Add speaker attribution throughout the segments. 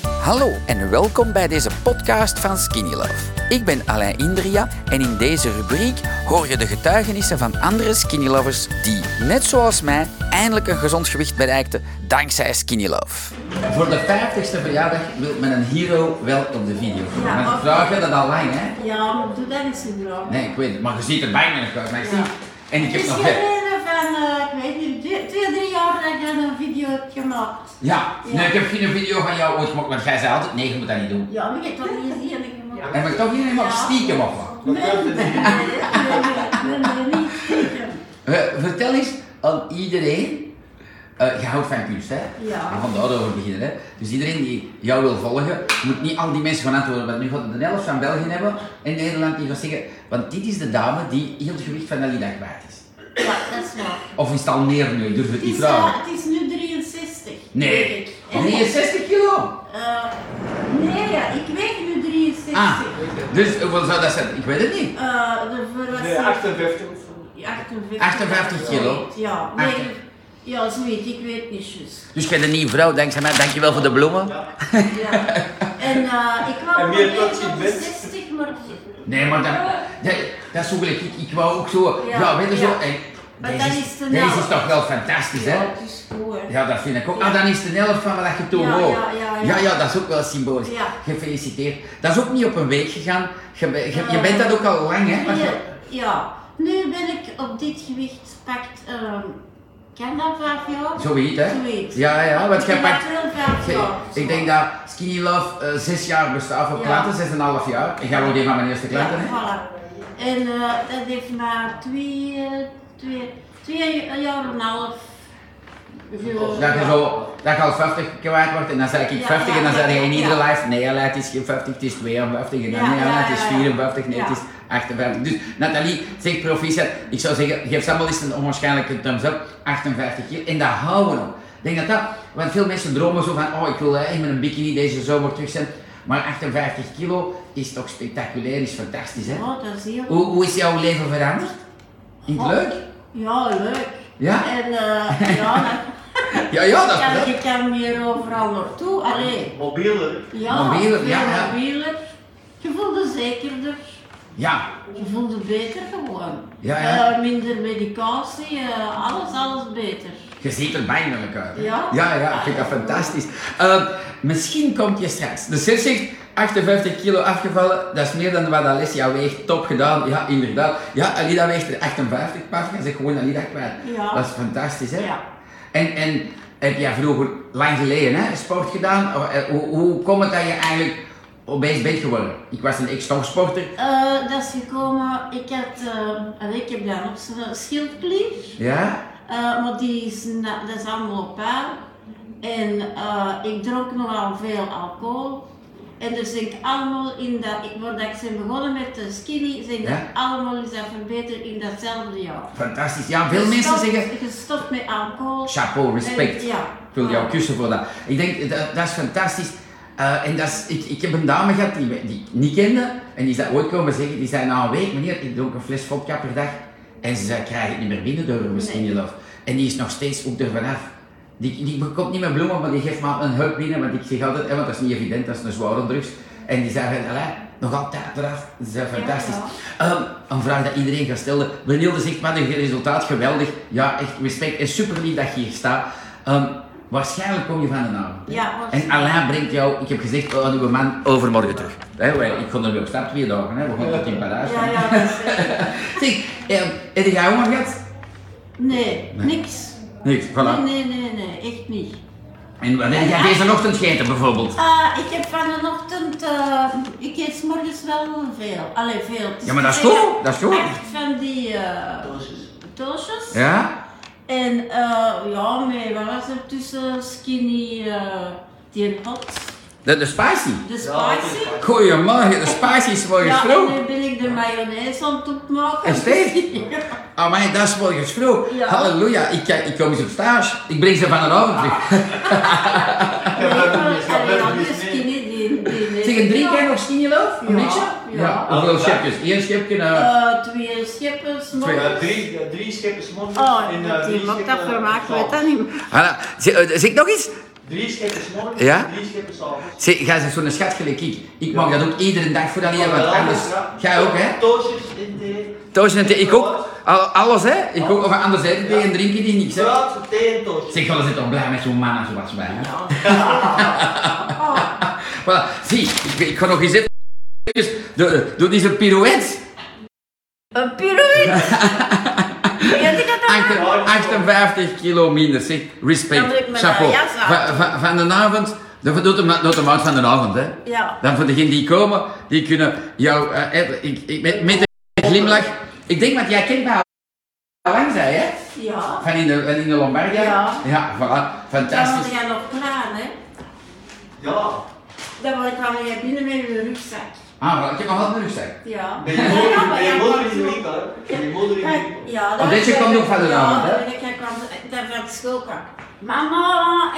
Speaker 1: Hallo en welkom bij deze podcast van Skinny Love. Ik ben Alain Indria en in deze rubriek hoor je de getuigenissen van andere Skinny Lovers die, net zoals mij, eindelijk een gezond gewicht bereikten dankzij Skinny Love. Voor de 50ste verjaardag wil men een hero wel op de video komen.
Speaker 2: Ja, oh.
Speaker 1: maar
Speaker 2: of-
Speaker 1: vraag je dat al lang, hè?
Speaker 2: Ja, maar doe dat eens in Rome.
Speaker 1: Nee, ik weet het, maar je ziet er bijna nog uit, maar ik zie.
Speaker 2: Ja.
Speaker 1: En ik
Speaker 2: Het
Speaker 1: heb
Speaker 2: is
Speaker 1: nog
Speaker 2: geleden
Speaker 1: vet.
Speaker 2: van, eh, ik weet niet, twee, twee, drie jaar dat ik dan een video heb gemaakt.
Speaker 1: Ja,
Speaker 2: Ja.
Speaker 1: nee, ik heb geen video van jou ooit gemaakt, want jij zei altijd: nee, je moet dat niet doen.
Speaker 2: Ja, maar ik heb dat niet gezien. Ik moet-
Speaker 1: En ik toch niet helemaal stiekem of wat?
Speaker 2: Nee, nee, nee, nee, nee, nee, nee, niet stiekem.
Speaker 1: Eh, vertel eens aan iedereen. eh, je houdt van kunst, hè?
Speaker 2: Ja.
Speaker 1: En Vandaar dat we beginnen, hè? Dus iedereen die jou wil volgen, moet niet al die mensen gaan antwoorden. Want nu gaat het de helft van België hebben en Nederland die gaat zeggen. Want dit is de dame die heel het gewicht van Alida kwijt is.
Speaker 2: Ja, dat is waar.
Speaker 1: Of is het al meer nu? Ik durf het
Speaker 2: Het
Speaker 1: niet
Speaker 2: is,
Speaker 1: vragen.
Speaker 2: eh, het is nu 63. weet
Speaker 1: Nee,
Speaker 2: ik. En-
Speaker 1: 63 kilo!
Speaker 2: eh, nee, ja, ik weeg nu 63.
Speaker 1: Ah, dus hoeveel zou dat zijn? Ik weet het niet.
Speaker 2: Eh, de verrassing-
Speaker 3: Nee, 58 of zo.
Speaker 2: 58.
Speaker 1: 58 kilo.
Speaker 2: Ja, nee,
Speaker 1: Achter-
Speaker 2: ja, zoiets, ik weet niet juist.
Speaker 1: Dus jij bent een nieuwe vrouw, dankzij mij. Dankjewel voor de bloemen.
Speaker 2: Ja. En eh, ik kwam
Speaker 3: En
Speaker 2: op
Speaker 3: meer tot je
Speaker 2: 160, maar...
Speaker 1: Nee, maar dat, dat, dat is zo gelijk. Ik, ik wou ook zo. Ja,
Speaker 2: Ja,
Speaker 1: weet je
Speaker 2: ja.
Speaker 1: zo. En,
Speaker 2: Maar
Speaker 1: deze
Speaker 2: dat is te
Speaker 1: deze
Speaker 2: nauw.
Speaker 1: is toch wel fantastisch,
Speaker 2: Ja, dus
Speaker 1: hè?
Speaker 2: het is goed, hè.
Speaker 1: Ja, dat vind ik ook.
Speaker 2: Ja.
Speaker 1: Ah, dan is de helft van wat je toen
Speaker 2: Ja,
Speaker 1: wou.
Speaker 2: ja, ja, ja.
Speaker 1: ja, dat is ook wel symbolisch.
Speaker 2: Ja.
Speaker 1: Gefeliciteerd. Dat is ook niet op een week gegaan. Je, be- je, je
Speaker 2: Eh,
Speaker 1: bent dat ook al lang, hè? Want
Speaker 2: Ja,
Speaker 1: je-
Speaker 2: ja. Nu ben ik op dit gewicht pakt... ehm ken dat vijf jaar?
Speaker 1: Zoiets, hè?
Speaker 2: Zoiets.
Speaker 1: Ja, ja, want
Speaker 2: Ik
Speaker 1: jij
Speaker 2: ken dat
Speaker 1: pakt-
Speaker 2: wel vijf
Speaker 1: je-
Speaker 2: jaar.
Speaker 1: ik denk dat Skinny Love eh, zes jaar bestaat op
Speaker 2: Ja.
Speaker 1: klanten, zes en een half jaar. En jij wordt een van mijn eerste
Speaker 2: Ja,
Speaker 1: klanten, hè?
Speaker 2: voilà. En eh, dat heeft maar twee, eh, twee, twee jaar en een half... ge-
Speaker 1: Dat je, zo, dat je al 50 kwijt wordt en dan zei ik
Speaker 2: Ja,
Speaker 1: 50 en dan
Speaker 2: ja,
Speaker 1: zei je in
Speaker 2: ja.
Speaker 1: iedere live, nee Alain, het is geen 50, het is 52 en dan
Speaker 2: Ja,
Speaker 1: nee
Speaker 2: ja,
Speaker 1: Alain, het
Speaker 2: ja,
Speaker 1: is
Speaker 2: ja.
Speaker 1: 54, nee
Speaker 2: Ja.
Speaker 1: het is 58. Dus Nathalie zegt proficiat, ik zou zeggen, geef allemaal eens een onwaarschijnlijke thumbs up, 58 keer en dat houden we nog. Ik denk dat dat, want veel mensen dromen zo van, oh ik wil eh, met een bikini deze zomer terug zijn, maar 58 kilo is toch spectaculair, is fantastisch hè.
Speaker 2: Ja, Oh, dat is heel Oh,
Speaker 1: Hoe, hoe is jouw leven veranderd? In het leuk?
Speaker 2: Ja, leuk.
Speaker 1: Ja?
Speaker 2: En eh, ja, dan
Speaker 1: Ja, ja, dat is
Speaker 2: kan
Speaker 1: leuk.
Speaker 2: je kan meer overal naartoe. Allee,
Speaker 3: Mobieler.
Speaker 2: ja,
Speaker 1: Mobieler,
Speaker 2: veel
Speaker 1: ja, ja.
Speaker 2: mobieler. Je voelde zekerder,
Speaker 1: Ja,
Speaker 2: je voelde beter gewoon.
Speaker 1: Ja, ja.
Speaker 2: Eh, minder medicatie, eh, alles, alles beter.
Speaker 1: Je ziet er bijna uit. hè?
Speaker 2: Ja?
Speaker 1: ja, ja, ik vind dat fantastisch. Eh, misschien komt je straks. De Sir zegt 58 kilo afgevallen, dat is meer dan wat Alessia weegt. Top gedaan, ja, inderdaad. Ja, Alida weegt er 58, pas. Je zegt gewoon Alida kwijt.
Speaker 2: Ja.
Speaker 1: Dat is fantastisch, hè?
Speaker 2: Ja.
Speaker 1: En, en heb jij vroeger, lang geleden, hè, sport gedaan? Of, eh, Hoe, hoe komt het dat je eigenlijk obese bent geworden? Ik was een ex-topsporter.
Speaker 2: Eh, dat is gekomen, ik had, eh, allee, ik heb dan op zijn schildklier.
Speaker 1: Ja?
Speaker 2: Eh, maar die is, na- dat is allemaal op haar. En eh, ik dronk nogal veel alcohol. En er zijn allemaal in dat, ik, voordat ik ben begonnen met de skinny, zijn
Speaker 1: Ja?
Speaker 2: dat allemaal is dat verbeterd in datzelfde jaar.
Speaker 1: Fantastisch. Ja, veel mensen
Speaker 2: Gestopt-
Speaker 1: zeggen,
Speaker 2: Gestopt met alcohol.
Speaker 1: chapeau, respect.
Speaker 2: En- ja. Ah.
Speaker 1: Ik wil jou kussen voor dat. Ik denk, dat, dat is fantastisch. Eh, en dat is, ik, ik heb een dame gehad die, we- die ik niet kende. En die is dat ooit komen zeggen. Die zei na een week, meneer, ik dronk een fles vodka per dag. En ze zei, ik krijg het niet meer binnen door misschien
Speaker 2: Nee.
Speaker 1: je love. En die is nog steeds ook er vanaf. Die, die komt niet met bloemen, maar die geeft maar een hulp binnen. Want ik zeg altijd, eh, want dat is niet evident, dat is een zware drugs. En die zei, van, "Allee, nog altijd eraf. Ze zei, fantastisch. Ehm, een vraag dat iedereen gaat stellen. Benilde zegt, wat een resultaat, geweldig. Ja, echt respect en super lief dat je hier staat. Ehm, waarschijnlijk kom je van een avond. hè?
Speaker 2: Ja,
Speaker 1: En
Speaker 2: waarschijnlijk.
Speaker 1: Alain brengt jou, ik heb gezegd, oh, uw man overmorgen terug. Hè, wij- ik kon er weer op stap twee dagen, hè. we gaan tot in Parijs.
Speaker 2: Ja, ja, dat is echt-
Speaker 1: Zeg, ehm, heb jij honger gehad?
Speaker 2: Nee, niks.
Speaker 1: Niks,
Speaker 2: Nee,
Speaker 1: voilà.
Speaker 2: nee, nee, nee, echt niet.
Speaker 1: En wat heb jij deze ochtend gegeten bijvoorbeeld?
Speaker 2: Ah, ik heb van de ochtend, eh, ik eet 's morgens wel veel. Allee, veel. Het
Speaker 1: Ja, maar dat is
Speaker 2: twee-
Speaker 1: goed, dat is goed.
Speaker 2: Acht van die eh
Speaker 1: dus-
Speaker 2: doosjes.
Speaker 1: Ja?
Speaker 2: En eh, ja, nee, wat was er tussen skinny, eh, die hot,
Speaker 1: De, de spicy.
Speaker 2: de
Speaker 3: Ja, die
Speaker 2: spicy.
Speaker 3: spicy.
Speaker 1: Goeiemorgen, de spicy is morgens
Speaker 2: Ja, en
Speaker 1: vroeg.
Speaker 2: nu ben ik de mayonaise aan het opmaken.
Speaker 1: Is dit?
Speaker 2: Ja.
Speaker 1: Amai, dat is morgens vroeg.
Speaker 2: Ja.
Speaker 1: Halleluja, ik, ik kom eens op stage. Ik breng ze van een avond terug.
Speaker 2: Nee,
Speaker 3: dat
Speaker 2: maar,
Speaker 3: heb ik
Speaker 2: allee,
Speaker 3: niet, dat heb ik
Speaker 2: ja, die
Speaker 3: niet mee.
Speaker 2: skinny, die, die
Speaker 1: Zeg, een drie keer nog skinny love? Een
Speaker 2: Ja,
Speaker 1: beetje?
Speaker 2: ja.
Speaker 1: Hoeveel schepjes? Eén schepje? eh,
Speaker 2: Eh, twee scheppen, 's morgens.
Speaker 3: Ja, drie, ja, drie schepen s'morgens.
Speaker 2: Oh,
Speaker 3: en, eh,
Speaker 2: dat
Speaker 3: drie
Speaker 2: die maakt dat
Speaker 3: schepen, eh,
Speaker 2: vermaak,
Speaker 3: s'avonds.
Speaker 2: weet dat niet meer.
Speaker 1: Hanna, zeg, eh, zeg nog eens.
Speaker 3: Drie schepen s'morgens,
Speaker 1: Ja?
Speaker 3: drie schepen s'avonds.
Speaker 1: Zeg, jij bent zo'n schat gelijk ik. Ik maak dat ook iedere dag voor dat
Speaker 3: Ja,
Speaker 1: iemand
Speaker 3: wel,
Speaker 1: anders.
Speaker 3: ja.
Speaker 1: Jij ook, hè?
Speaker 3: Toosjes in thee.
Speaker 1: Thuis en thee. Ik ook. Al- Alles, hè? Ik ook. Of anders eten thee
Speaker 3: Ja.
Speaker 1: en drinken die niks, hè?
Speaker 3: Fruit, thee en toosjes.
Speaker 1: Zeg, jullie zijn toch blij met zo'n man als zoals wij, hè?
Speaker 2: Oh,
Speaker 1: Voilà. Zie, ik, ik ga nog eens even... Doe, doe eens een pirouette.
Speaker 2: een pirouette! Weet ik het dan?
Speaker 1: Achter- 58 kilo minder, zeg. Respect.
Speaker 2: Dan doe ik mijn,
Speaker 1: Chapeau.
Speaker 2: eh, jas aan.
Speaker 1: Va- va- van de avond, dat doet hem, doet hem uit van de avond, hè.
Speaker 2: Ja.
Speaker 1: Dan voor degenen die komen, die kunnen jou, eh, eh, ik, ik, met, met een glimlach. Ik denk, want jij kent mij al lang, zei hè?
Speaker 2: Ja.
Speaker 1: Van in de, van in de Lombardia.
Speaker 2: Ja.
Speaker 1: Ja, voilà.
Speaker 2: Dan word
Speaker 1: Fantastisch.
Speaker 2: jij nog klaar, hè?
Speaker 3: Ja,
Speaker 2: Dan word ik wel jij binnen met je rugzak.
Speaker 1: Ah, voilà. ik heb nog altijd een rugzak.
Speaker 2: Ja.
Speaker 3: met je moeder, met je moeder in de winkel, hè. Met je moeder in de winkel.
Speaker 2: Ja,
Speaker 1: Want Oh, deze kwam nog van de avond, hè?
Speaker 2: Ja, ik kwam daar van school kwam. Mama,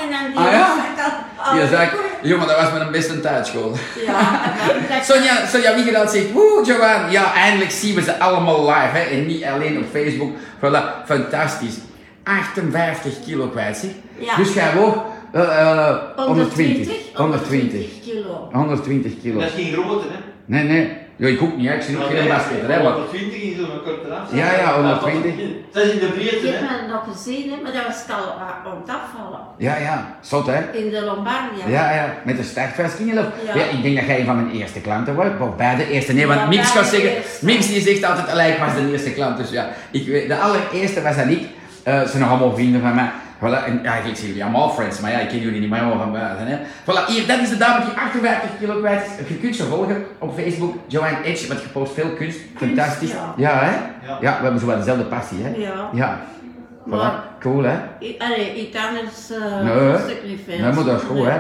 Speaker 2: en dan die
Speaker 1: Ah, ja?
Speaker 2: dan-
Speaker 1: Je zegt, jongen, dat was mijn beste tijdschool.
Speaker 2: Ja, en dan-
Speaker 1: Sonja, Sonja Wiegeraad zegt, woe Johan, ja eindelijk zien we ze allemaal live hè, en niet alleen op Facebook. Voilà, fantastisch. 58 kilo kwijt zeg.
Speaker 2: Ja.
Speaker 1: Dus jij woog eh, eh, 120. 120.
Speaker 2: 120 kilo.
Speaker 1: 120 kilo.
Speaker 3: En Dat is geen grote, hè.
Speaker 1: Nee, nee. Ja, ik ook niet, hè. ik zit ook geen basket. Hè, maar...
Speaker 3: 120 in zo'n korte afstand.
Speaker 1: Ja, ja, 120.
Speaker 3: Dat is in de
Speaker 2: Ik
Speaker 3: breedte,
Speaker 2: heb
Speaker 3: hè.
Speaker 2: me nog gezien, hè, maar dat was het al eh, om het afvallen.
Speaker 1: Ja, ja, zot hè.
Speaker 2: In de Lombardia.
Speaker 1: Ja, ja, met de startvest ging je lopen.
Speaker 2: Ja.
Speaker 1: Ja. ik denk dat jij een van mijn eerste klanten wordt, of bij de eerste. Nee, want
Speaker 2: Ja,
Speaker 1: Mix
Speaker 2: bij
Speaker 1: gaat
Speaker 2: de
Speaker 1: zeggen,
Speaker 2: eerste.
Speaker 1: Mix die zegt altijd, "Allee, ik was de eerste klant. Dus ja, ik weet, de allereerste was dat ik. Eh, ze zijn nog allemaal vrienden van mij. Voilà, en eigenlijk zeggen jullie allemaal friends, maar ja, ik ken jullie niet, maar allemaal van buiten. Hè. Voilà, hier, dat is de dame die 58 kilo kwijt is. Je kunt ze volgen op Facebook, Joanne Edge, want je post veel kunst. Fantastisch.
Speaker 2: ja.
Speaker 1: ja. hè? Ja.
Speaker 3: Ja.
Speaker 1: we hebben zo wel dezelfde passie, hè?
Speaker 2: Ja.
Speaker 1: Ja. Voilà,
Speaker 2: Maar-
Speaker 1: cool, hè?
Speaker 2: I- Allee, iets anders eh,
Speaker 1: Nee,
Speaker 2: stuk niet veel.
Speaker 1: nee, maar dat is goed,
Speaker 2: Nee.
Speaker 1: hè.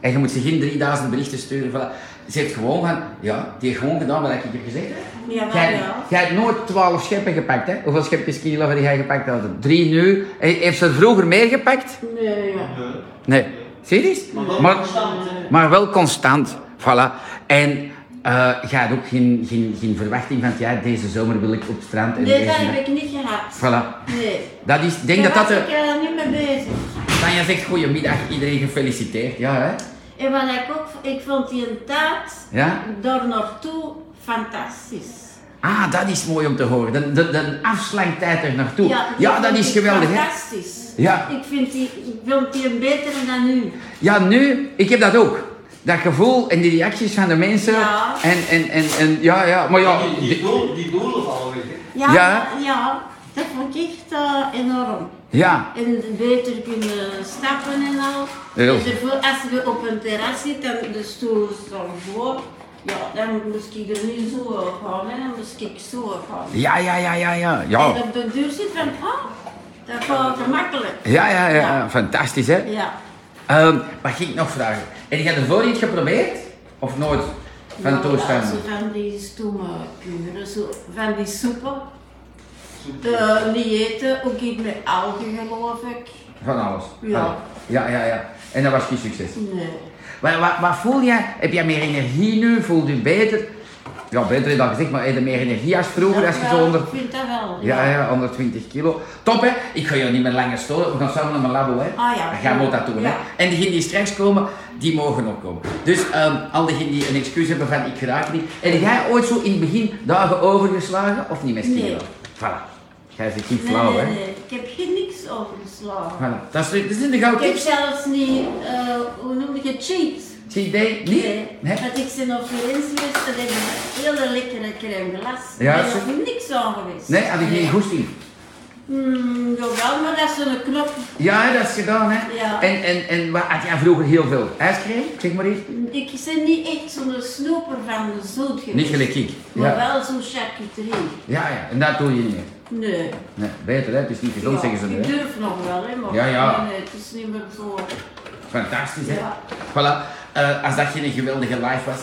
Speaker 1: En je moet ze geen 3000 berichten sturen. Voilà. Ze heeft gewoon van, ja, die heeft gewoon gedaan wat ik hier gezegd heb.
Speaker 2: Ja, maar
Speaker 1: Jij,
Speaker 2: ja.
Speaker 1: jij hebt nooit 12 scheppen gepakt, hè? Hoeveel schepjes kilo heb jij gepakt? Altijd? Drie nu. He- Heeft ze er vroeger meer gepakt?
Speaker 2: Nee, ja.
Speaker 1: Nee. Serieus?
Speaker 3: Maar wel
Speaker 1: Maar,
Speaker 3: constant, hè.
Speaker 1: maar wel constant. Voilà. En eh jij had ook geen, geen, geen verwachting van, ja, deze zomer wil ik op het strand. En
Speaker 2: Nee,
Speaker 1: deze-
Speaker 2: dat heb ik niet gehad.
Speaker 1: Voilà.
Speaker 2: Nee.
Speaker 1: Dat is, ik denk dat
Speaker 2: Daar
Speaker 1: dat
Speaker 2: was
Speaker 1: de...
Speaker 2: ik er niet mee bezig.
Speaker 1: Dan je zegt, goedemiddag, iedereen gefeliciteerd. Ja, hè?
Speaker 2: En wat ik ook, ik vond die taart
Speaker 1: Ja?
Speaker 2: daar naartoe fantastisch.
Speaker 1: Ah, dat is mooi om te horen. De, de, de afslagtijd er naartoe. Ja,
Speaker 2: die vond
Speaker 1: dat is
Speaker 2: ik
Speaker 1: geweldig, hè?
Speaker 2: Fantastisch.
Speaker 1: Ja.
Speaker 2: Ik vind die, ik vond die beter dan nu.
Speaker 1: Ja, nu, ik heb dat ook. Dat gevoel en die reacties van de mensen.
Speaker 2: Ja.
Speaker 1: En, en, en, en ja, ja, maar ja.
Speaker 3: Die, die,
Speaker 1: di-
Speaker 3: doel, die doelen vallen weg, hè.
Speaker 2: Ja,
Speaker 1: Ja.
Speaker 2: ja. dat vond ik echt eh, enorm.
Speaker 1: Ja,
Speaker 2: En beter kunnen stappen en al.
Speaker 1: Heel.
Speaker 2: En ervoor, als je op een terras zit en de stoel is dan voor, ja, dan moest ik er niet zo op gaan en dan moest ik zo op gaan.
Speaker 1: ja, ja, ja, ja, ja. Ja,
Speaker 2: En op de duur zit van, oh, dat gaat gemakkelijk.
Speaker 1: ja, ja, ja.
Speaker 2: Ja.
Speaker 1: fantastisch, hè?
Speaker 2: Ja.
Speaker 1: Ehm, wat ging ik nog vragen? Heb je ervoor iets geprobeerd? Of nooit? Van
Speaker 2: Nou,
Speaker 1: Toos
Speaker 2: Als
Speaker 1: van.
Speaker 2: je van die stomme kuren, zo, van die soepen. De lieten, ook iets met algen geloof ik.
Speaker 1: Van alles.
Speaker 2: Ja.
Speaker 1: Alles. Ja, ja, ja. En dat was geen succes.
Speaker 2: Nee.
Speaker 1: Wat, wat, wat voel je? Heb je meer energie nu? Voelt je beter? Ja, beter heb je dat gezegd, maar heb je meer energie als vroeger? Als je zo
Speaker 2: Ja,
Speaker 1: onder...
Speaker 2: Ik vind dat wel.
Speaker 1: Ja, ja, 120 kilo. Top hè? Ik ga je niet meer langer storen. We gaan samen naar mijn labo hè.
Speaker 2: Ah, ja.
Speaker 1: Jij moet dat doen hè.
Speaker 2: Ja.
Speaker 1: En diegenen die straks komen, die mogen ook komen. Dus ehm, al diegenen die een excuus hebben van ik geraak niet. Heb jij ooit zo in het begin dagen overgeslagen of niet met kilo?
Speaker 2: Nee.
Speaker 1: Voilà. Jij zit niet
Speaker 2: Nee,
Speaker 1: flauw
Speaker 2: nee,
Speaker 1: hè.
Speaker 2: nee. Ik heb geen niks overgeslagen.
Speaker 1: Voilà. Dat is, dat is in de
Speaker 2: Ik
Speaker 1: gouden
Speaker 2: heb
Speaker 1: tips.
Speaker 2: zelfs niet, eh, hoe noem je het, cheat.
Speaker 1: Zie je die? Niet? Nee.
Speaker 2: Dat ik zijn op Florentie was, dat heb ik een hele lekkere crème glace.
Speaker 1: Ja,
Speaker 2: Daar is
Speaker 1: zo-
Speaker 2: nog niks aan geweest.
Speaker 1: Nee, had ik geen goesting.
Speaker 2: Hmm, jawel, maar dat is zo'n knop.
Speaker 1: Ja, hè, dat is gedaan, hè?
Speaker 2: Ja.
Speaker 1: En, en, en wat had jij vroeger heel veel? Ijscream, zeg maar iets?
Speaker 2: Ik ben niet echt zo'n snoeper van de zoet geweest.
Speaker 1: Niet gelijk ik.
Speaker 2: Maar
Speaker 1: Ja.
Speaker 2: wel zo'n charcuterie.
Speaker 1: ja, ja, en dat doe je niet meer.
Speaker 2: Nee.
Speaker 1: Nee, beter, hè? Het is niet gezond,
Speaker 2: Ja,
Speaker 1: zeggen ze nu.
Speaker 2: Ik
Speaker 1: hè.
Speaker 2: durf nog wel, hè, maar
Speaker 1: Ja, ja.
Speaker 2: Nee, nee, het is niet meer zo.
Speaker 1: Fantastisch, hè?
Speaker 2: Ja.
Speaker 1: Voilà. Eh, als dat geen geweldige live was,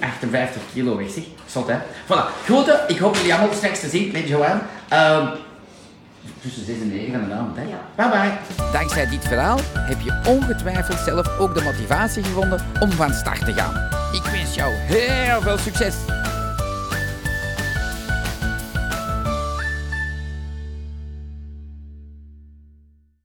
Speaker 1: 58 kilo weg, zeg. Zot, hè? Voilà. Grote, ik hoop jullie allemaal straks te zien met Joanne. Ehm, tussen 6 en 9 van de avond, hè?
Speaker 2: Ja.
Speaker 1: Bye bye. Dankzij dit verhaal heb je ongetwijfeld zelf ook de motivatie gevonden om van start te gaan. Ik wens jou heel veel succes.